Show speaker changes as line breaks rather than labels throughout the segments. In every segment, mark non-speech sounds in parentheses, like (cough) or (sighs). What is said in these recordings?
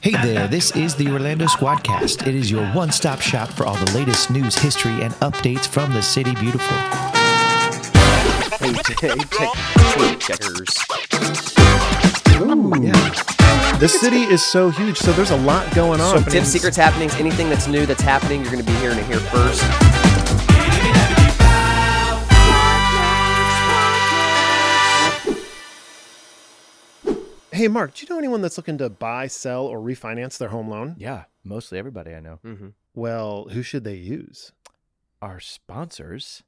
Hey there, this is the Orlando Squadcast. It is your one stop shop for all the latest news, history, and updates from the city beautiful.
Hey, check, hey, check, hey, checkers.
This city is so huge, so there's a lot going on.
Tip secrets, happenings, anything that's new that's happening, you're going to be hearing it here first.
Hey, Mark, do you know anyone that's looking to buy, sell, or refinance their home loan?
Yeah, mostly everybody I know.
Mm-hmm.
Well, who should they use?
Our sponsors.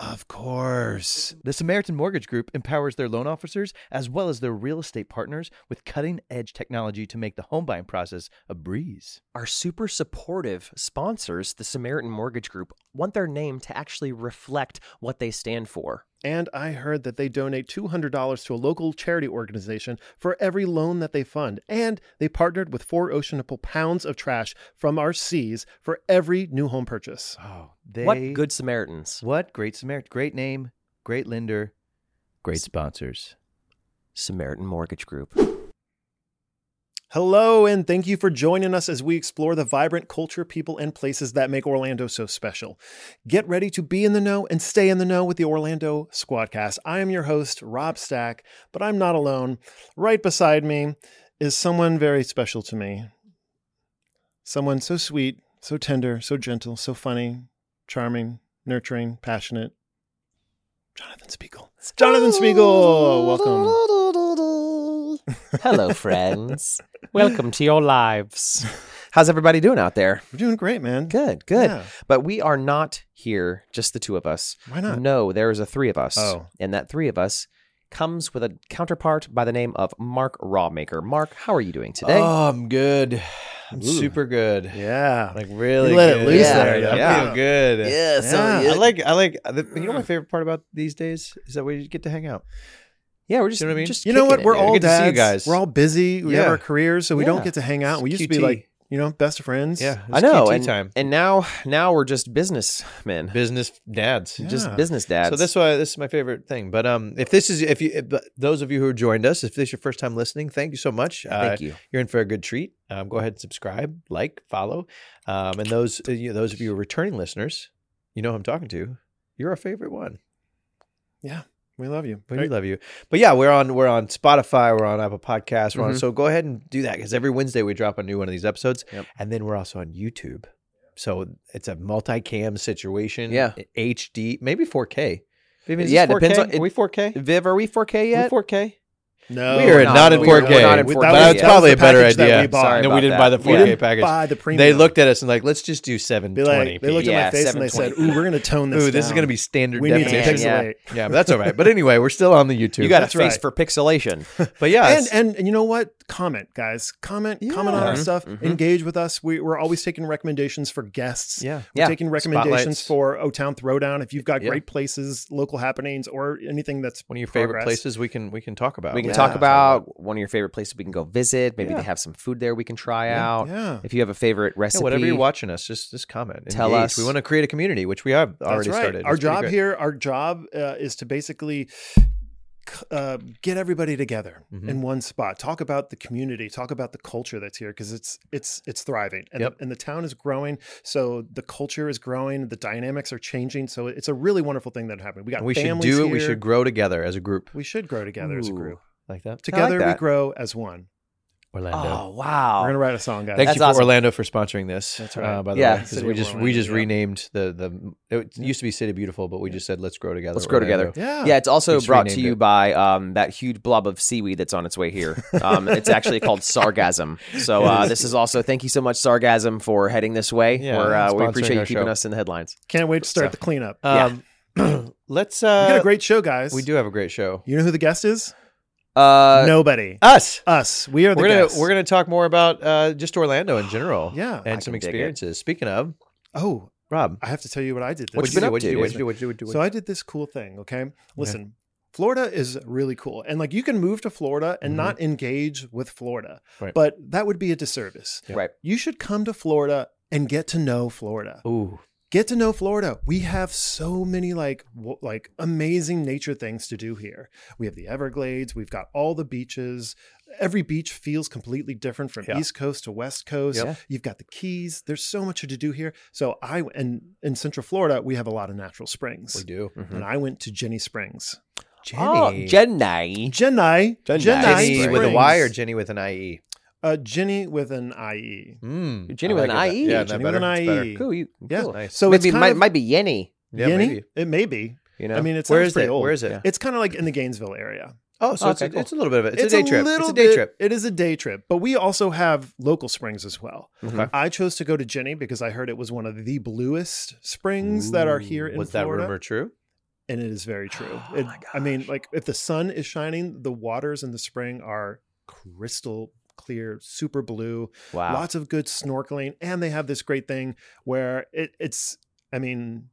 Of course.
The Samaritan Mortgage Group empowers their loan officers as well as their real estate partners with cutting edge technology to make the home buying process a breeze.
Our super supportive sponsors, the Samaritan Mortgage Group, want their name to actually reflect what they stand for.
And I heard that they donate $200 to a local charity organization for every loan that they fund. And they partnered with four oceanable pounds of trash from our seas for every new home purchase.
Oh, they
What good Samaritans.
What great Samaritan? Great name, great lender, great sponsors.
Samaritan Mortgage Group.
Hello, and thank you for joining us as we explore the vibrant culture, people, and places that make Orlando so special. Get ready to be in the know and stay in the know with the Orlando Squadcast. I am your host, Rob Stack, but I'm not alone. Right beside me is someone very special to me. Someone so sweet, so tender, so gentle, so funny, charming, nurturing, passionate. Jonathan Spiegel. Jonathan Spiegel, welcome.
Hello, friends. Welcome to your lives. How's everybody doing out there?
We're doing great, man.
Good, good.
Yeah.
But we are not here, just the two of us.
Why
Ah.
not?
No, there is a three of us.
Oh.
And that three of us comes with a counterpart by the name of Mark Rawmaker. Mark, how are you doing today?
Oh, I'm good. I'm
Ooh.
super good.
Yeah.
Like really
You let it
good.
loose
Yeah,
there.
yeah.
I feel good.
yeah,
Yeah.
I like I like the, you know my favorite part about these days is that we get to hang out.
Yeah, we're just,
You know what I mean?
just
you know
kicking
what?
it,
We're
dude.
all
Good to see
dads.
you guys.
We're all busy. We have
Yeah.
our careers, so we don't
Yeah.
get to hang out. We
It's
used to be
QT.
like, you know, best of friends.
Yeah,
I
it's
know.
QT
And,
time.
and now now we're just businessmen.
Business dads.
Yeah.
Just business dads.
So that's why this is my favorite thing. But um, if this is if you if, but those of you who joined us, if this is your first time listening, thank you so much. Uh,
Thank you.
You're in for a good treat. Um, go ahead and subscribe, like, follow, um, and those uh, you, those of you who are returning listeners, you know who I'm talking to. You're our favorite one.
We love you.
We
Right?
love you. But yeah, we're on we're on Spotify, we're on Apple Podcasts, we're on.
Mhm.
So go ahead and do that because every Wednesday we drop a new one of these episodes,
Yep.
and then we're also on YouTube. So it's a multi-cam situation.
Yeah.
HD, maybe 4K. Maybe is
Yeah,
this
it depends
4K?
on- it-
Are we 4K?
Viv, are we 4K yet?
We 4K.
No,
we are
we're
not,
not.
in
We are-
4K.
we're not in
We-
4K
That was
yet.
probably a
That was the
better
package that
idea.
we bought. Sorry
no,
about
we didn't
that.
buy the
We
4K
didn't
package.
buy the premium.
They looked at us and like, let's just do
Be like,
720p.
they looked at
Yeah,
my face and they said, "Ooh,
720p.
we're going to tone this
Ooh, this is
down.
going to be standard
We need to
definition.
yeah.
pixelate."
Yeah, but that's all right. But anyway, we're still on the YouTube.
You got a
That's
face
right.
for
(laughs)
pixelation.
But yeah,
And,
it's-
and and you know what? Comment, guys. Comment, comment on our
Yeah. Mm-hmm.
stuff.
Mhm.
Engage with us. We, we're always taking recommendations for guests.
yeah.
We're
Yeah.
taking recommendations
Spotlights.
for O Town Throwdown. If you've got
Yeah.
great places, local happenings, or anything that's
one of your favorite
progress.
places we can we can talk about.
we can
Yeah.
talk about one of your favorite places we can go visit. Maybe
Yeah.
they have some food there we can try
Yeah.
out.
Yeah.
If you have a favorite recipe,
Yeah, whatever you're watching us, just just comment.
Tell
Engage.
us.
We want to create a community, which we have
That's
already
right.
started.
Our
It's pretty
job
great.
here, our job uh, is to basically c- uh, get everybody together
Mhm.
in one spot. Talk about the community. Talk about the culture that's here because it's it's it's thriving and,
Yep.
the, and the town is growing. So the culture is growing. The dynamics are changing. So it's a really wonderful thing that happened. We got
And we should
families
do it. We
here.
should grow together as a group,
we should grow together as a
Ooh.
group.
like that.
Together we
that.
grow as one.
Orlando.
Oh wow!
We're gonna write a song, guys.
Thank
That's
you for
awesome.
Orlando for sponsoring this.
That's right.
Uh, by the
Yeah.
way, because
City
we
of
just we
Orlando,
just
yeah.
renamed the the it used to be City Beautiful, but we just said let's grow together.
Let's grow
Orlando."
together.
yeah.
Yeah, it's also
Just
brought to
renamed
you
it.
by um, that huge blob of seaweed that's on its way here. Um, it's actually called Sargasm. So uh, this is also thank you so much, Sargasm, for heading this way.
Yeah,
We're, uh, we
sponsoring
appreciate you
our
keeping
show.
us in the headlines.
Can't wait to start the cleanup.
Um, (clears throat) let's. Uh,
we got a great show, guys.
we do have a great show.
You know who the guest is?
Uh,
Nobody.
Us.
Us. We are the
We're gonna
guests.
we're gonna talk more about uh, just Orlando in general.
(sighs) Yeah. I
and some
can dig it.
experiences. Speaking of
oh,
Rob,
I have to tell you what I did.
What
this
you been
do?
up
What'd you
to?
do? What'd you do? What'd you do? What'd you do?
So I did this cool thing. Okay, listen, Florida is really cool, and like you can move to Florida and
Mhm.
not engage with Florida,
Right.
but that would be a disservice.
Yeah.
Right.
You should come to Florida and get to know Florida.
Ooh,
Get to know Florida. We have so many like w- like amazing nature things to do here. We have the Everglades. We've got all the beaches. every beach feels completely different from
Yeah.
East Coast to West Coast.
Yeah.
You've got the Keys. There's so much to do here. So I and in Central Florida we have a lot of natural springs.
We do. Mm-hmm.
Mhm.
And I went to Jenny Springs.
Jenny.
Oh, Jenny.
Jenny.
Jenny.
Jenny with a
Springs.
Y or Jenny with an IE?
Uh, Jenny with an E. IE.
Mm,
Jenny
I
with an
like it.
IE.
Yeah,
Jenny
that
Jenny
better.
with an
It's better.
IE.
Cool. You,
Yeah.
cool.
Nice.
So
maybe,
it's kind
might,
of
might be Yenny.
Yeah,
Jenny?
maybe.
It may be.
You know,
I mean, it's
Where is
pretty
it?
old.
Where is it?
Yeah.
It's kind of like in the Gainesville area.
Oh, so
Okay,
it's, a,
cool.
it's a little bit of it. It's, a day trip. It's a day
bit-
trip.
It is a day trip, but we also have local springs as well.
Okay.
I chose to go to Jenny because I heard it was one of the bluest springs that are here in
Was
Florida,
that rumor true?
and it is very true.
Oh
It-
my
I mean, like if the sun is shining, the waters in the spring are crystal clear, super blue.
wow.
Lots of good snorkeling, and they have this great thing where it, it's. I mean,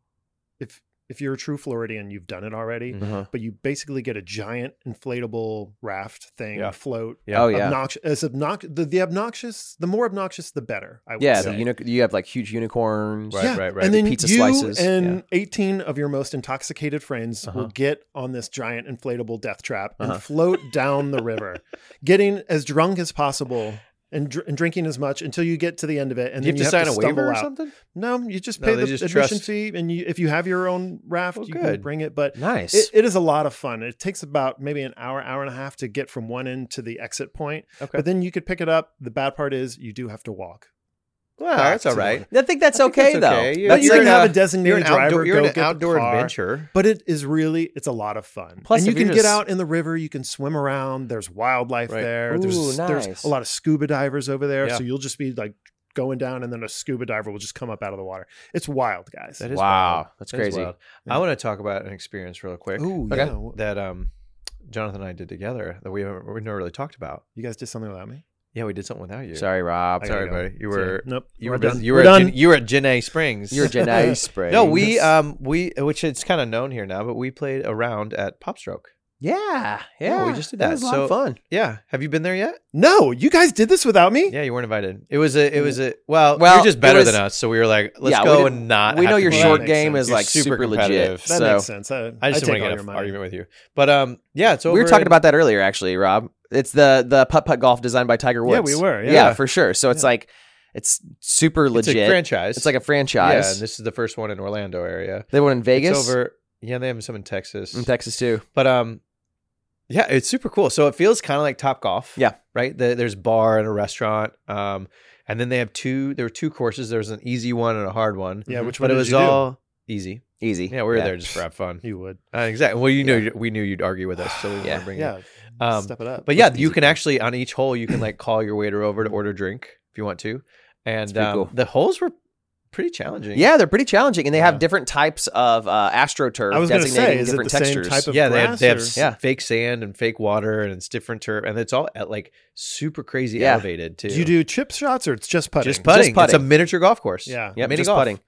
if if you're a true Floridian, you've done it
Mm.
already.
Mhm.
But you basically get a giant inflatable raft thing
Yeah.
float
Yeah.
Oh yeah.
obnoxious as obnoxious the, the obnoxious the more obnoxious the better i would
yeah.
say
The uni- you have like huge unicorns.
Right,
Yeah,
right, right.
and then
Pizza
you
slices,
and 18 of your most intoxicated friends
Uh-huh.
will get on this giant inflatable death trap
Uh-huh.
and float down the
(laughs)
river getting as drunk as possible and, dr- and drinking as much until you get to the end of it and
Do you
then
have to sign a
stumble
waiver or
out.
something?
no you just
No,
pay
they
the
just
admission
trust-
fee and you, if you have your own raft
Well,
you
good.
can bring it but
Nice.
it, it is a lot of fun. It takes about maybe an hour, hour and a half to get from one end to the exit point.
Okay.
But then you could pick it up. The bad part is you do have to walk.
Well, that's all
to
right.
I think that's
I think
okay
that's
though.
okay. You-
But
That's
you
you're
can
like
in
have
a-
a designated
You're an
driver
outdoor, you're
go
an
get the
outdoor
car.
adventurer.
But it is really it's a lot of fun.
Plus,
and you
if you're
can
just-
get out in the river, you can swim around. There's wildlife
Right.
there.
Ooh,
there's
nice.
there's a lot of scuba divers over there.
Yeah.
So you'll just be like going down and then a scuba diver will just come up out of the water. It's wild, guys.
That
is
is
Wow,
wild.
that's
That is
crazy.
wild.
Yeah.
I want to talk about an experience real quick
Ooh,
Okay.
yeah.
that um, Jonathan and I did together that we haven't, we never really talked about.
You guys did something without me?
Yeah, we did something without you.
Sorry, Rob.
I
sorry,
gotta go.
buddy. You were
nope.
you
We're
were
done.
busy- you
We're
were at
done.
Gin- you were at Gin A Springs. (laughs)
You're a Janae Springs.
No, we um we which it's kind of known here now, but we played a round at Pop Stroke.
Yeah, yeah.
Yeah, we just did
That
that.
was a lot of
So-
fun.
Yeah, have you been there yet?
No, you guys did this without me?
Yeah, you weren't invited. It was a it was a well,
Well,
you're just
it
better
was-
than us, so we were like, let's
Yeah, we
go
didn't-
and not.
we
have
know
to
your
be
Well,
short
there.
that makes
game
sense.
is
You're
like
super
super, legit.
competitive.
That
so
makes sense. I,
I just
I
want
take
to
all
get
your
an
money.
argument with you, but um, yeah, it's over.
we were talking
in-
about that earlier, actually, Rob. It's the the putt putt golf designed by Tiger
Yeah,
Woods.
we were,
Yeah,
yeah.
for sure. So it's
Yeah.
like it's super
it's
legit.
a franchise.
It's like a
yeah,
franchise.
and this is the first one in Orlando area.
they went in Vegas,
It's over. Yeah, they have some in Texas.
in Texas too.
But um, yeah, it's super cool. So it feels kind of like Top Golf.
Yeah.
right. The, there's bar and a restaurant. Um, and then they have two. There were two courses. There was an easy one and a hard one.
Yeah, which one
Mm-hmm. but it
did
was
you do?
all easy.
Easy.
Yeah, we were there just for have fun.
You would.
Uh, exactly. Well, you knew
Yeah.
we knew you'd argue with us, so we didn't
Yeah.
want to bring it.
Yeah.
up. Um,
step it up.
but yeah, you can actually on each hole you can like call your waiter over to order a drink if you want to, and
pretty
um,
cool.
the holes were pretty challenging.
Yeah, they're pretty challenging, and they have
Yeah.
different types of uh, astroturf
I was gonna
designating
say, is it
different
the same
textures.
type of-
yeah, they have,
grass
they have
or-
s-
Yeah.
fake sand and fake water, and it's different turf, and it's all at like super crazy
Yeah.
elevated too.
Do you do chip shots or it's just putting?
just putting.
Just putting.
It's a miniature golf course.
Yeah.
Yep,
mini
just
golf.
putting.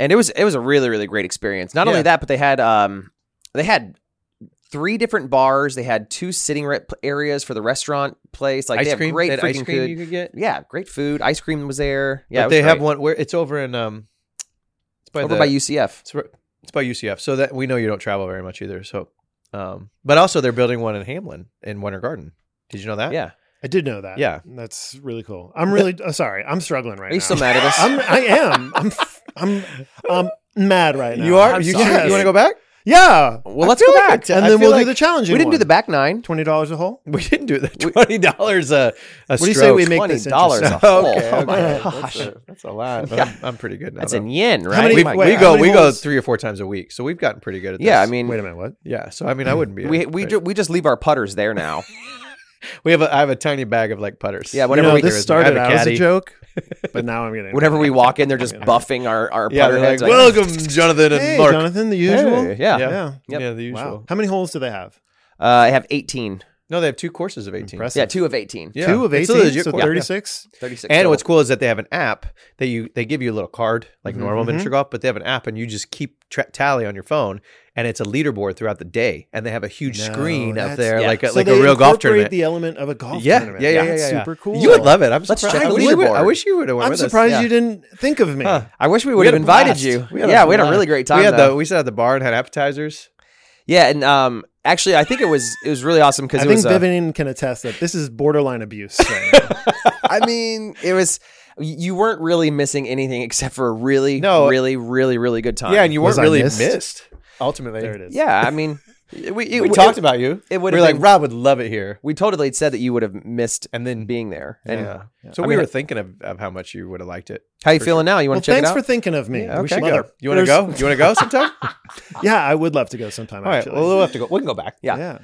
and it was it was a really really great experience. Not only
Yeah.
that, but they had um they had three different bars. They had two sitting re- areas for the restaurant place. Like
ice
they have
cream.
great
that
freaking
ice cream
food.
you could get.
yeah, great food. Ice cream was there. Yeah,
But
it was
they have
great.
one where it's over in um, it's by
over
the,
by UCF.
It's, r- it's by UCF, so that we know you don't travel very much either. So, um, but also they're building one in Hamlin in Winter Garden. Did you know that?
Yeah.
I did know that.
Yeah.
That's really cool. I'm really uh, sorry. I'm struggling right
Are you
now.
still mad at us?
I'm, I am. I'm, f- I'm, I'm mad right now.
You are.
I'm
you
sorry.
you want to go back?
Yeah.
well,
I
let's
feel
go
like
back.
it's-
And
I
then
feel
we'll
like
do the challenging
we didn't do the back nine.
$20 a hole.
We didn't do that. Twenty dollars a, a
What do you say
stroke.
we make
Twenty
this
dollars a
interesting?
hole.
Okay,
oh my
okay.
gosh,
That's a, that's a lot.
Yeah.
I'm, I'm pretty good now.
that's
though.
in yen, right?
How
(laughs)
many-
we,
Wait,
we
how
go
many
we go
holes-
three or four times a week, so we've gotten pretty good at
yeah, I
this.
mean,
Wait a minute. What?
yeah. So I mean, I wouldn't be.
we we ju- we just leave our putters there
(laughs)
now.
we have a I have a tiny bag of like putters.
Yeah,
You
whatever
know,
we do
this
is-
started out
I have a
as a
caddy.
joke,
(laughs)
but now I'm getting.
Whenever we walk in, they're just buffing our our
Yeah,
putter
they're like,
heads.
welcome, Jonathan and
Hey,
Mark.
Jonathan, the usual.
Hey, yeah.
Yeah.
Yeah.
Yep.
Yeah, the usual.
Wow. How many holes do they have?
Uh, I have eighteen.
No, they have two courses of eighteen.
Impressive.
Yeah, two of eighteen.
Yeah.
Two of
It's a
18,
legit
so
course.
36.
Thirty-six.
And
total.
what's cool is that they have an app that you they give you a little card like
Mhm.
normal miniature golf, but they have an app and you just keep tra- tally on your phone, and it's a leaderboard throughout the day, and they have a huge
No,
screen up
that's-
there
yeah.
like a,
So
like
they
a real golf
incorporate
tournament.
The element of a golf
yeah,
tournament.
yeah, yeah, yeah,
That's
yeah.
super cool.
You would love it. I'm
Let's
surprised.
check
I
the
wish you would- I
leaderboard.
wish you would have. went
I'm
with
surprised
yeah.
you didn't think of me.
Us. Huh.
I wish we
We
would
had
have
a
invited
blast.
you.
We had a
yeah, we had a
blast.
really great time.
we had
though.
the we sat at the bar and had appetizers.
Yeah, and um, Actually, I think it was it was really awesome because
I
it
think
was. uh,
Vivian can attest that this is borderline abuse. right now.
I mean, it was. You weren't really missing anything except for a really,
No. uh,
really, really, really good time.
Yeah, and (laughs) you
Was
weren't
I
really
missed?
missed? ultimately.
there it is.
yeah. I mean, we, it,
We
it-
talked about you.
it
we
would've
were like,
been-
Rob would love it here.
We totally had said that you would have missed
And then
being there. And
yeah. So
I
we
mean,
were thinking of, of how much you would have liked it.
how you
For
feeling now? You
Well,
want to check
thanks
it out?
for thinking of me.
we
should
should go.
mother-
You want to
there's-
go? You want to (laughs) go sometime? All
(laughs) Yeah, I would love to go sometime.
right.
actually.
Well, we'll have to go. We can go back.
yeah.
yeah.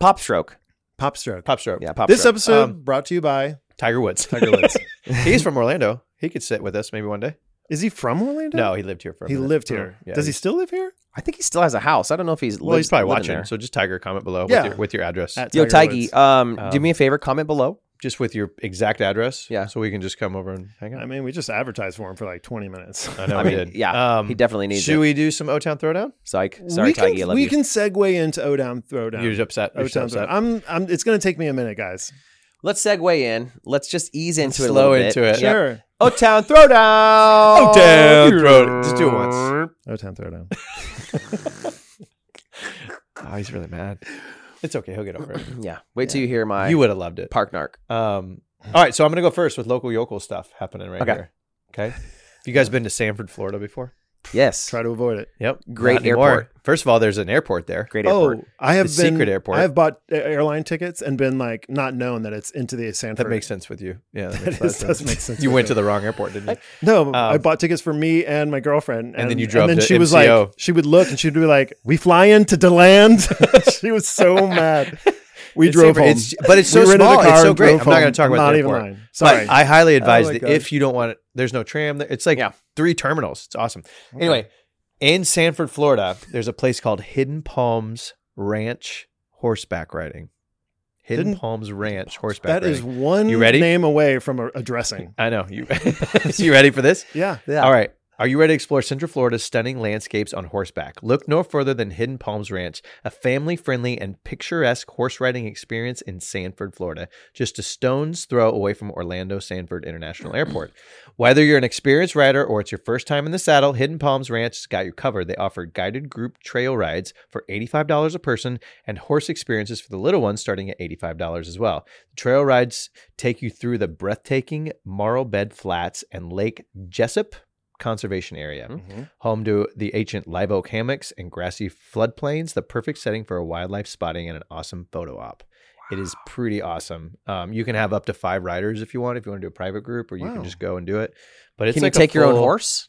pop stroke.
Pop stroke.
Pop stroke.
Yeah, pop
this
stroke.
episode
Um,
brought to you by.
Tiger Woods.
Tiger Woods.
(laughs) He's from Orlando. He could sit with us maybe one day.
Is he from Orlando?
No, he lived here for. A
he
minute. Mm-hmm.
lived here.
Oh, Yeah,
Does he
he's-
still live here?
I think he still has a house. I don't know if he's.
Well, he's
lives- living
probably watching.
there.
So just Tiger comment below
Yeah.
with, your, with your address,
At
Yo,
Tiger
Tiggy,
Woods.
um, do
Um,
me a favor. Comment below.
just with your exact address.
Yeah.
so we can just come over and hang out.
I mean, we just advertised for him for like 20 minutes. (laughs)
I know.
I
we
mean,
did.
yeah,
Um,
he definitely needs
Should
it.
we do some O Town Throwdown?
Psych. Sorry,
we
Tiggy. I
can,
love
we
you.
can segue into O Down Throwdown.
You're just upset. You're
O
just
Down
upset.
Throwdown. I'm, I'm, it's going to take me a minute, guys.
Let's segue in. Let's just ease into it a
Slow
little bit.
into it.
Yep.
Sure.
O Town Throwdown.
Throwdown. Oh, Just do it once.
O Town Throwdown.
Oh, he's really mad. It's okay. He'll get over it.
Yeah. Wait till you hear my
You would have loved it.
Park Narc.
Um, all right, so I'm gonna go first with local yokel stuff happening right
Okay.
here. Okay, have you guys been to Sanford, Florida before?
Yes.
Try to avoid it.
Yep,
Great
Not anymore.
airport.
First of all, there's an airport there.
Great
Oh,
airport.
I have
The
been
secret airport.
I have bought uh, airline tickets and been like not known that it's into the Sanford.
That makes sense with you.
(laughs)
Yeah, that,
That
makes a lot of
is- does make sense
You
with
went
me.
to the wrong airport, didn't you?
No, I
Um,
bought tickets for me and my girlfriend, and,
then you drove
And then
to
she was
MCO.
like, she would look and she'd be like, "We fly into Deland." (laughs) she was
(laughs)
so mad. We
It's
drove
super-
home,
it's- but it's so
we rented a
small, it's
car
so
and
great.
drove
I'm not gonna
home.
talk about
Not
the
even
airport.
lying.
But
Sorry, Oh
I highly advise
my
that
gosh.
if you don't want it, there's no tram. There. It's like
Yeah.
three terminals. It's awesome. Anyway, in Sanford, Florida, there's a place called Hidden Palms Ranch horseback riding. Hidden,
Hidden-
Palms Ranch horseback.
that is
riding.
one
You ready?
name away from a, a dressing.
I know
(laughs)
you. (laughs) you ready for this?
Yeah,
Yeah.
All right. Are you ready to explore Central Florida's stunning landscapes on horseback? Look no further than Hidden Palms Ranch, a family friendly and picturesque horse riding experience in Sanford, Florida, just a stone's throw away from Orlando Sanford International Airport. Whether you're an experienced rider or it's your first time in the saddle, Hidden Palms Ranch has got you covered. They offer guided group trail rides for $85 a person and horse experiences for the little ones starting at $85 as well. Trail rides take you through the breathtaking Marl Bed Flats and Lake Jessup Conservation Area,
Mm-hmm.
home to the ancient live oak hammocks and grassy floodplains, the perfect setting for a wildlife spotting and an awesome photo op. It is pretty awesome. Um, you can have up to five riders if you want, if you want to do a private group, or you
Wow.
can just go and do it. But it's
Can you
like a
take your own
full-
horse?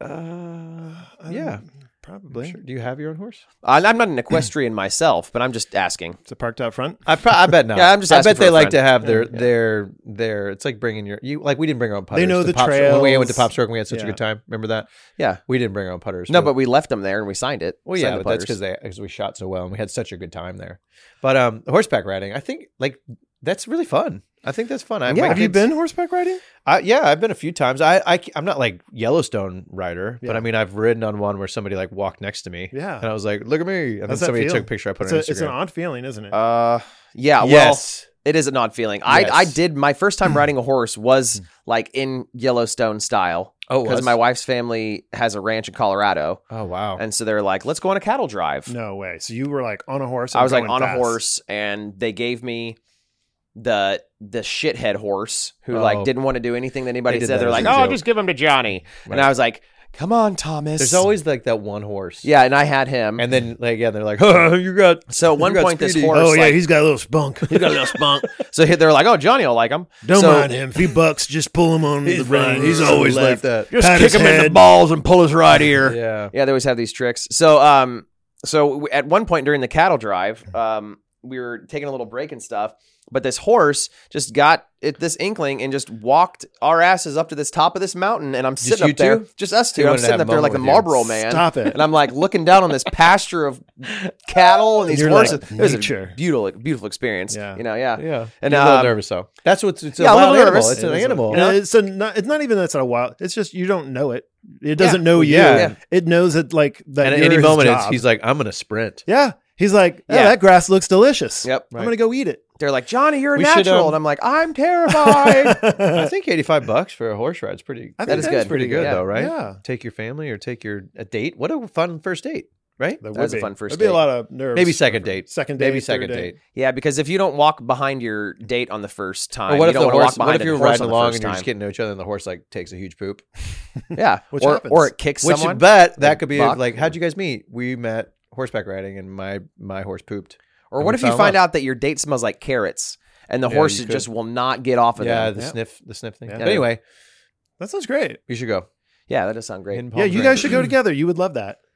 Uh, yeah,
probably.
sure. Do you have your own horse?
I- I'm
(clears throat)
not an equestrian myself, but I'm just asking.
It's parked out front.
I, pro- I bet not.
Yeah, I'm just
I
asking
bet
for
they
a
like to
friend.
have their their their. It's like bringing your you like we didn't bring our own putters.
know
to
the
Pop Stroke. When we went to
trails.
Pop Stroke, and we had such
Yeah.
a good time. Remember that?
Yeah.
We didn't bring our own putters.
No,
We-
but we left them there and we signed it.
well,
Signed
yeah,
the
but that's
putters.
because they because we shot so well and we had such a good time there. But um, horseback riding, I think like that's really fun. I think that's fun. I,
Yeah.
my
Have you
kids-
been horseback riding?
I, yeah, I've been a few times. I, I am not like Yellowstone rider, but
Yeah.
I mean I've ridden on one where somebody like walked next to me.
Yeah.
and I was like, look at me. And
How's that
then somebody
feel?
took a picture. I put
It's,
it on
a- it's an
Instagram.
odd feeling, isn't it?
Uh, yeah. Well,
yes.
it is an odd feeling. I,
Yes.
I did my first
(clears throat)
time riding a horse was like in Yellowstone style
Oh, it
because
was?
my wife's family has a ranch in Colorado,
oh wow.
and so they're like, "Let's go on a cattle drive."
no way. So you were like on a horse. And
I was like
going
on
fast.
a horse, and they gave me the the shithead horse who like
Oh.
didn't want to do anything that anybody
did
said.
that
They're like,
as a
"Oh,
joke."
just give him to Johnny," and
Right.
I was like, "Come on, Thomas."
There's always like that one horse.
yeah, and I had him.
And then like yeah, they're like, oh, you got (laughs)
so at
you
one
got
point, this
Speedy.
horse,
Oh yeah,
like-
he's got a little spunk.
he got a little spunk. So they're like, "Oh, Johnny will like him."
(laughs) Don't
So-
mind him. If he bucks, just pull him
(laughs)
on the reins.
like that.
Just kick him in the
balls and pull his right ear.
Yeah.
Yeah, they always have these tricks. So, um, so w- at one point during the cattle drive, um, we were taking a little break and stuff, but this horse just got it, this inkling and just walked our asses up to this top of this mountain, and I'm sitting
you
up there,
two?
just us two.
He
I'm
wanted to
sitting
have a
up there like the
moment with you.
Marlboro (laughs) man,
Stop it.
and I'm like looking down on this pasture of cattle and these
You're like,
horses. it was
nature.
a beautiful, beautiful experience.
Yeah.
You know, yeah,
Yeah.
And,
And a little
um,
nervous though. That's what's it's
yeah,
a
a
wild
little
animal.
nervous.
It's an
It is a-
animal.
and It's a, not, it's not even that's not a wild. It's just you don't know it. It doesn't know
Well,
you.
yeah.
Yeah.
It knows it like that.
And at
you're
any
his
moment it's,
job.
he's like, I'm gonna sprint.
yeah. He's like, yeah,
Yeah.
that grass looks delicious.
Yep.
I'm gonna go eat it.
They're like, Johnny, you're a
We should,
natural,
um,
and I'm like, I'm (laughs)
(laughs)
terrified.
I think eighty five bucks for a horse ride is pretty
I think
pretty-
is
that's
good.
pretty good
Yeah.
though, right?
Yeah.
Take your family or take your a date. What a fun first date. right?
That would
was a
be.
fun first
There'd be
date.
a lot of nerves.
Maybe second date.
Second date.
Maybe
third
second
date.
date.
Yeah, because if you don't walk behind your date on the first time,
Or what
you
if
don't
the
wanna walk
horse?
behind
What if
a
you're
horse
riding
on the
along
first
and you're just
time.
getting to each other, and the horse like takes a huge poop? (laughs)
yeah,
Which
or
happens.
or it kicks
Which,
someone,
but that could be
Buck.
like, how'd you guys meet? We met horseback riding, and my my horse pooped.
or what
we
if you
fell in
find
love.
out that your date smells like carrots and the
Yeah,
horse
you could.
just will not get off of
yeah,
them?
the
Yeah.
sniff, the sniff thing.
Yeah.
But anyway,
That sounds great.
we should go.
Yeah, that does sound great.
Hidden
yeah,
Palms
you
Ranch.
guys should go together. You would love that.
(clears throat)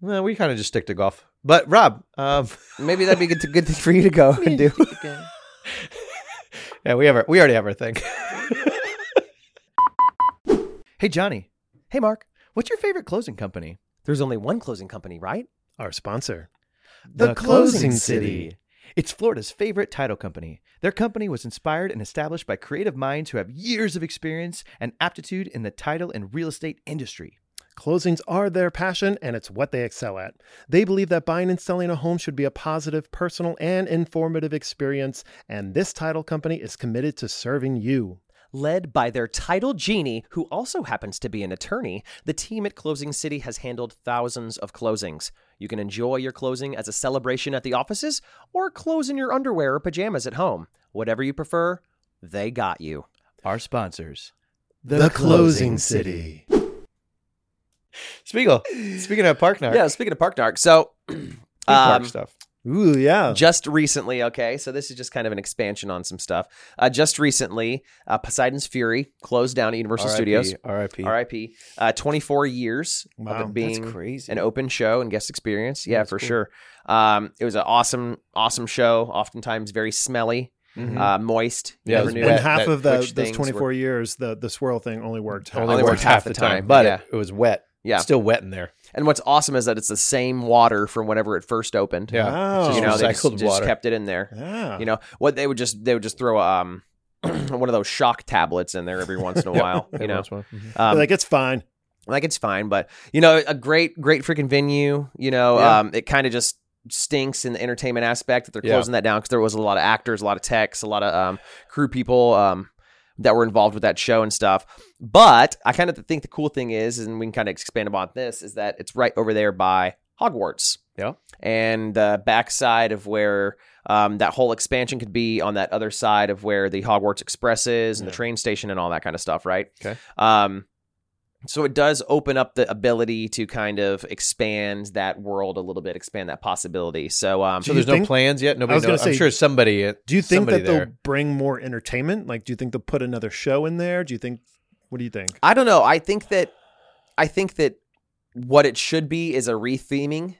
Well, we kind of just stick to golf. But Rob, um,
(laughs) Maybe that'd be good, good for you to
(laughs)
go and do.
yeah, we have our, we already have our thing. (laughs) hey Johnny,
hey, Mark.
what's your favorite closing company?
There's only one closing company, right?
Our sponsor.
The,
The
Closing,
Closing
City.
City.
It's Florida's favorite title company. Their company was inspired and established by creative minds who have years of experience and aptitude in the title and real estate industry.
Closings are their passion and it's what they excel at. They believe that buying and selling a home should be a positive, personal, and informative experience, and this title company is committed to serving you.
Led by their title genie, who also happens to be an attorney, the team at Closing City has handled thousands of closings. You can enjoy your closing as a celebration at the offices or close in your underwear or pajamas at home. Whatever you prefer, they got you.
Our sponsors.
City.
Spiegel, speaking of Park Narc,
Yeah, speaking of Park Dark, so (clears throat)
good park
um,
stuff.
Ooh, yeah.
just recently, okay, so this is just kind of an expansion on some stuff. Uh, just recently, uh, Poseidon's Fury closed down at Universal Studios.
RIP.
RIP. Uh, 24 years
Wow,
of
that's
it being
crazy.
an open show and guest experience. Yeah,
That's
for
cool.
sure. Um, it was an awesome, awesome show. Oftentimes very smelly,
Mhm.
uh, moist. You
Yeah, it
never
was
knew.
wet.
and
that-
half
that
of the,
which
those
things
24 years, the, the swirl thing only worked. half.
only
Only
worked,
worked
half the time, but it, it was wet.
Yeah.
Still wet in there.
And what's awesome is that it's the same water from whenever it first opened.
Yeah. Oh,
Wow.
you know, they just,
recycled
just
water.
kept it in there.
Oh. yeah.
You know what they would just they would just throw um (clears throat) one of those shock tablets in there every once in a while. you know,
They're
um,
like, it's fine.
like it's fine but you know a great great freaking venue you know
Yeah.
um it kind of just stinks in the entertainment aspect that they're
Yeah.
closing that down because there was a lot of actors a lot of techs a lot of um crew people um that were involved with that show and stuff but i kind of think the cool thing is and we can kind of expand upon this is that it's right over there by hogwarts
Yeah.
and the backside of where um, that whole expansion could be on that other side of where the Hogwarts Express is and the
Yeah.
train station and all that kind of stuff, right?
Okay.
Um, so it does open up the ability to kind of expand that world a little bit, expand that possibility. So, um,
So
you
there's no
think-
plans yet. Nobody
was gonna
knows. I'm
say,
sure somebody. at-
Do you think
somebody
that they'll
there.
bring more entertainment? Like, do you think they'll put another show in there? Do you think, what do you think?
I don't know. I think that, I think that what it should be is a retheming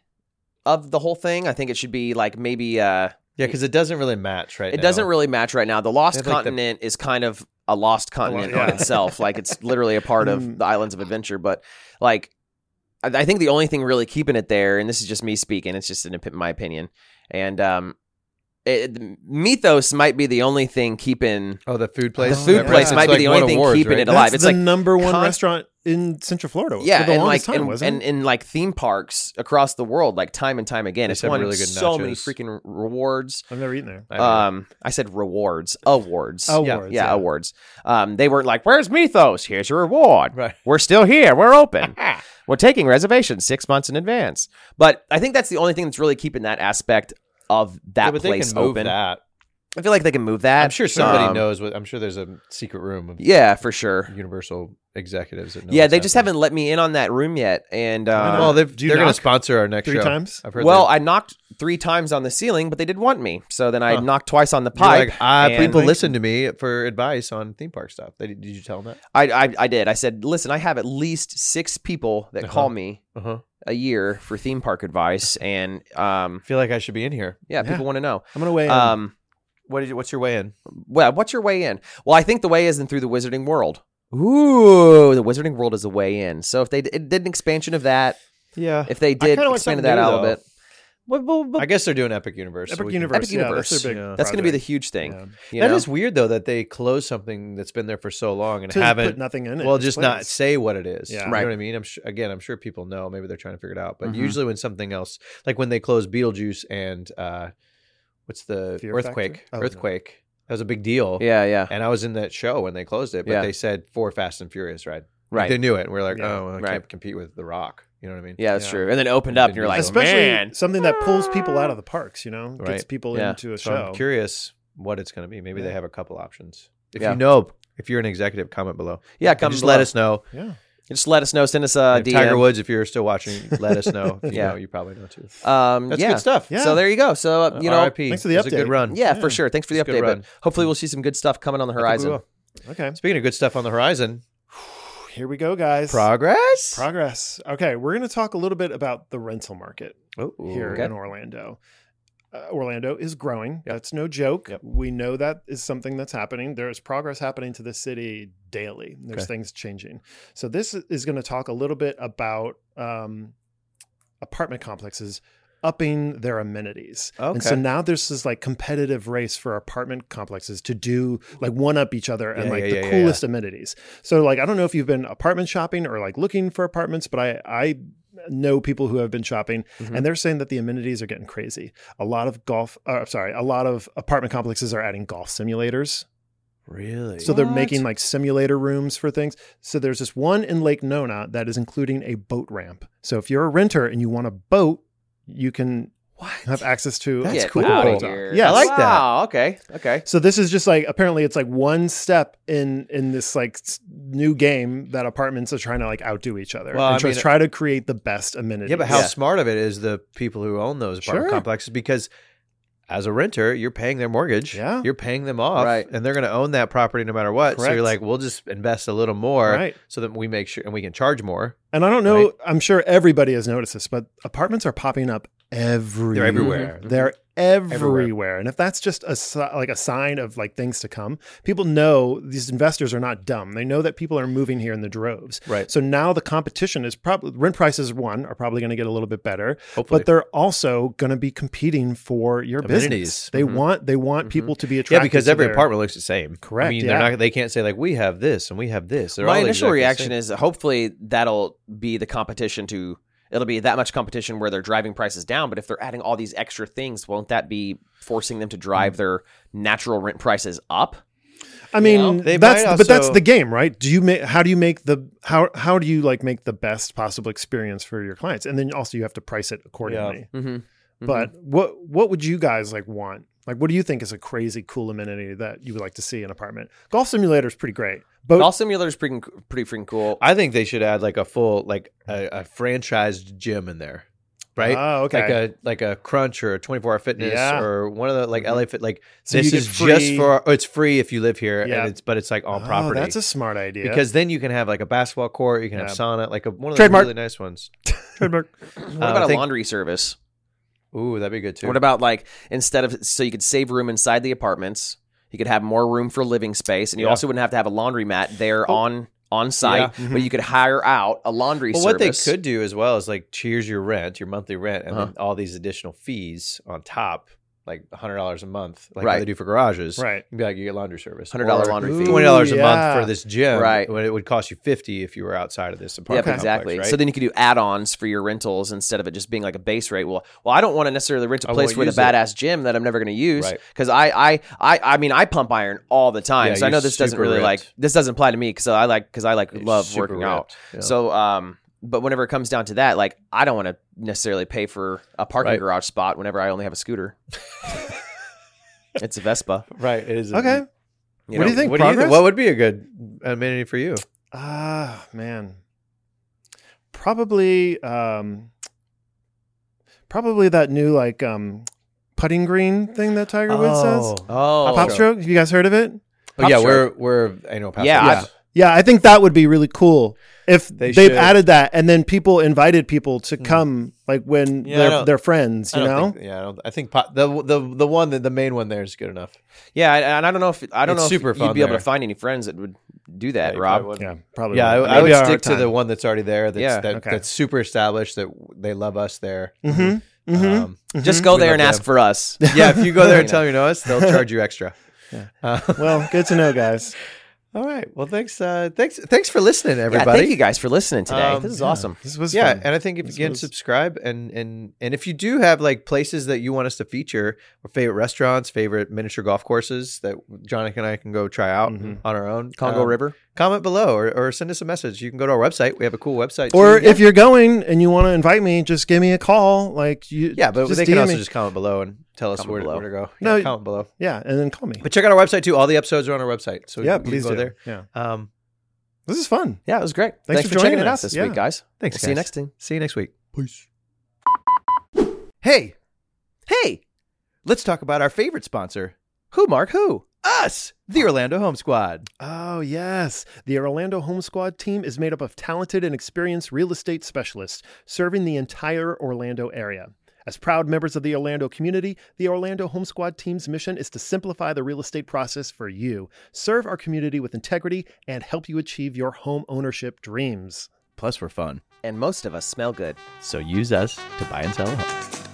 of the whole thing. I think it should be like maybe uh,
Yeah, because it doesn't really match, right?
it doesn't
now.
really match right now. The Lost
They'd like the-
Continent is kind of a lost continent on
yeah.
itself. Like it's literally a part of
Mm.
the Islands of Adventure, but like I- I think the only thing really keeping it there, and this is just me speaking, it's just an, opi- my opinion, and um, it, Mythos might be the only thing keeping
Oh, the food place.
the food
That
place
place
might be
like,
the
won
only thing
awards,
keeping
right?
it alive.
That's
It's
the
like
number one
con-
restaurant in Central Florida.
yeah,
for the
and like
longest time,
and,
wasn't
and
it?
in like theme parks across the world, like time and time again,
They
it's
have
won
really good
so many
nachos.
freaking rewards.
I've never eaten there.
I agree.
Um, I said rewards, awards,
Awards,
yeah,
yeah.
awards. Um, they weren't like, "Where's Mythos? Here's your reward.
Right.
We're still here. We're (laughs) open. We're taking reservations six months in advance." But I think that's the only thing that's really keeping that aspect of that
Yeah, but they
place
can move
open.
that.
I feel like they can move that.
I'm sure somebody
Um,
knows what. I'm sure there's a secret room of
Yeah, for sure.
Universal executives. That know
yeah,
what's
they just
happening.
haven't let me in on that room yet, and
Why
um,
not?
Well, they've,
Do you
they're going to
knock
sponsor our next
Three
show.
times?
I've heard.
well,
they're-
I knocked three times on the ceiling, but they didn't want me. So then I
Huh.
knocked twice on the
You're
pipe.
like, ah,
and-
people listen to me for advice on theme park stuff. They, did you tell them that?
I, I I did. I said, listen, I have at least six people that
Uh-huh.
call me
Uh huh.
a year for theme park advice, and um,
I feel like I should be in here.
yeah,
Yeah.
people want to know.
I'm gonna weigh in.
Um,
What did you, what's your way in?
well, what's your way in? Well, I think the way is in through the Wizarding World. Ooh, the Wizarding World is the way in. So if they d- did an expansion of that,
Yeah.
if they did
kinda want
expanded that
something new,
out a
though.
little bit, well, well, well,
I guess they're doing Epic Universe. so
Epic
we can-
Universe.
Epic
yeah,
Universe.
That's their big
Yeah.
that's going to be the
project.
huge thing.
Yeah.
you
That is
know?
weird though that they close something that's been there for so long and
To
haven't.
put nothing in it.
well,
in
just
place.
not say what it is.
Yeah.
You
Right.
know what I mean? I'm su again, I'm sure people know. Maybe they're trying to figure it out. But
Mhm.
usually when something else, like when they closed Beetlejuice and uh, what's the
Fear
earthquake?
Factor? Oh, no.
earthquake. That was a big deal.
yeah, yeah,
And I was in that show when they closed it, but
Yeah.
they said for Fast and Furious ride. Like,
right.
They knew it. And we are like,
Yeah.
oh, well, I
Right.
can't compete with The Rock. You know what I mean?
Yeah, that's
Yeah.
true. And then opened up, and you're like,
Especially
man,
something that pulls people out of the parks, you know, gets
Right.
people
Yeah.
into a
So
show.
I'm curious what it's going to be. Maybe they
Yeah.
have a couple options. If
Yeah.
you know, if you're an executive, comment below.
yeah,
And
come
just
below.
let us know.
yeah.
Just let us know. Send us a
And if
DM.
Tiger Woods, if you're still watching, let us know. If
(laughs)
you
Yeah.
know, you probably know too.
Um,
That's
yeah.
good stuff.
Yeah.
So there you go. So uh, you know,
RIP.
Thanks for the
It was a good
update.
run.
yeah,
Yeah.
for sure. Thanks for the
Mm. It's a good
update, but
run.
hopefully we'll see some good stuff coming on the
I think we
horizon.
will.
Okay.
Speaking of good stuff on the horizon,
Here we go, guys.
progress.
Progress. Okay, we're going to talk a little bit about the rental market
Oh,
here
okay.
in Orlando. Uh, Orlando is growing.
Yep.
That's no joke.
Yep.
We know that is something that's happening. There is progress happening to the city daily. There's
Okay.
things changing. So this is going to talk a little bit about um, apartment complexes upping their amenities. And so
Okay.
now there's this like competitive race for apartment complexes to do like one up each other and
Yeah,
like
yeah,
the
yeah, yeah, yeah.
coolest amenities. So like I don't know if you've been apartment shopping or like looking for apartments, but I I know people who have been shopping
Mm-hmm.
Mhm.
and they're saying that the amenities are getting crazy. A lot of golf uh, sorry, a lot of apartment complexes are adding golf simulators.
Really?
So they're
What?
making like simulator rooms for things. So there's this one in Lake Nona that is including a boat ramp. So if you're a renter and you want a boat, you can
What?
have access to
That's
Get
cool.
outta
Wow.
here.
Yes. I
like that.
Wow. Okay. Okay.
So this is just like apparently it's like one step in in this like s- new game that apartments are trying to like outdo each other
Well,
and
I
try,
mean-
try to create the best amenities.
Yeah, but how
Yeah.
smart of it is the people who own those apartment
Sure.
complexes because as a renter, you're paying their mortgage.
Yeah.
You're paying them off.
Right.
And they're gonna own that property no matter what. So
Correct.
you're like, we'll just invest a little more
right?
so that we make sure and we can charge more.
And I don't know.
Right.
I'm sure everybody has noticed this, but apartments are popping up everywhere.
They're everywhere.
They're everywhere. And if that's just a si- like a sign of like things to come, people know these investors are not dumb. They know that people are moving here in the droves.
Right.
So now the competition is probably rent prices one are probably going to get a little bit better,
Hopefully.
but they're also going to be competing for your
Amenities. Mm-hmm.
business. They
Mhm.
want they want
Mhm.
people to be attracted.
yeah, because
to
every
their-
apartment looks the same. I
Correct,
mean,
yeah.
they're not. They can't say like we have this and we have this. They're
My
all eh?
initial
exactly the
reaction
same.
is hopefully that'll be the competition to. It'll be that much competition where they're driving prices down, but if they're adding all these extra things, won't that be forcing them to drive
Mm.
their natural rent prices up?
I mean,
know, they
that's
might
but that's
also-
the game, right? Do you make how do you make the how how do you like make the best possible experience for your clients, and then also you have to price it accordingly.
Mm-hmm.
But what what would you guys like want? Like, what do you think is a crazy cool amenity that you would like to see in an apartment? Golf simulator is pretty great, but
golf simulator is pretty pretty freaking cool.
I think they should add like a full like a, a franchised gym in there, right?
Oh, okay.
Like a like a Crunch or Twenty Four Hour Fitness
Yeah.
or one of the like LA Fit. Like
So you
this
get
is just
free-
for oh, it's free if you live here,
Yeah.
and it's but it's like on
Oh,
property.
That's a smart idea. (laughs)
because then you can have like a basketball court, you can
Yeah.
have sauna, like a, one of the
Trademark.
really nice ones.
trademark.
What
I
about a
think-
laundry service?
Ooh, that'd be good too.
What about like instead of so you could save room inside the apartments, you could have more room for living space, and you
Yeah.
also wouldn't have to have a laundromat there
Oh. Mm-hmm.
on on site,
Yeah.
but you could hire out a laundry
well, what they
service.
could do as well is like cheers your rent, your monthly rent, and
Uh-huh.
then all these additional fees on top, like hundred dollars a month, like
Right.
what they do for garages.
Right.
You'd be like you get laundry service,
$100
Or-
laundry fee.
twenty dollars
Ooh,
a
yeah.
month for this gym,
Right.
When it would cost you fifty if you were outside of this
Yep,
apartment. complex,
exactly.
right?
So then you could do add-ons for your rentals instead of it just being like a base rate. Well, well, I don't want to necessarily rent a
I
place
won't
with a
use it.
badass gym that I'm never going to use
Right.
because I, I, I, I mean, I pump iron all the time,
Yeah,
so I
you're
know this doesn't
super
really
ripped.
like this doesn't apply to me because I like because I like
It's
love
super
working out.
ripped, yeah.
So, um, but whenever it comes down to that, like I don't want to necessarily pay for a parking
Right.
garage spot whenever I only have a
(laughs)
scooter. it's a Vespa.
right, it is.
Okay.
You
What do
know?
you think?
What, do you
Progress?
think? what would be a good amenity for you?
Ah, man. Probably um probably that new like um putting green thing that Tiger Woods says.
Oh,
Pop stroke, you guys heard of it?
Oh, yeah,
Popstroke.
we're we're I know. Pop
Yeah,
Stroke.
I've-
Yeah, I think that would be really cool if
They
they
should.
have added that and then people invited people to
Hmm.
come like when
Yeah, I
they're
don't-
they're friends,
I
you
don't
know?
think- yeah, I, don't, I think pop, the the the one that the main one there is good enough.
Yeah, and and I don't know if I don't
It's
know
super
if you'd
fun
be able
there.
to find any friends that would do that,
Yeah, you
Rob.
probably wouldn't.
yeah, probably.
Yeah, I,
would.
I would
Maybe our
stick to the
time.
one that's already there. That's,
Yeah,
that,
okay.
that's super established. That w- they love us there.
Mhm. Mhm. (laughs)
Um,
Just go
We
there
love
and
to
ask
have-
for
(laughs)
us.
yeah, if you go there and tell them you know us, they'll charge you extra. Uh, (laughs)
well, good to know, guys.
All right. Well, thanks. Uh, thanks. Thanks for listening,
Yeah,
everybody.
thank you guys for listening today.
Um,
this is
Yeah,
awesome.
This was
yeah,
fun.
and I think if you
This
can
was-
subscribe and and and if you do have like places that you want us to feature or favorite restaurants, favorite miniature golf courses that Jonathan and I can go try out
Mhm.
on our own,
Congo
um,
River.
Comment below or, or send us a message. You can go to our website. We have a cool website.
Or
too.
if you're going and you want to invite me, just give me a call. Like you,
yeah, but
just
they can
DM
also
me.
just comment below and tell us
Comment
where to,
below.
where to go.
No,
yeah, comment below.
yeah, and then call me.
But check out our website too. All the episodes are on our website, so
yeah,
you can
please
go
do.
there.
Yeah,
Um,
this is fun.
Yeah, it was great.
Thanks
Thanks,
for
for,
joining
checking it
us.
out this
Yeah.
week, guys.
thanks.
We'll see you
guys.
next time.
See you next week. Peace. Hey, hey, let's talk about our favorite sponsor.
Who, Mark? Who?
us, the Orlando Home Squad.
Oh, yes. The Orlando Home Squad team is made up of talented and experienced real estate specialists serving the entire Orlando area. As proud members of the Orlando community, the Orlando Home Squad team's mission is to simplify the real estate process for you, serve our community with integrity, and help you achieve your home ownership dreams.
Plus, we're fun.
And most of us smell good.
So use us to buy and sell a home.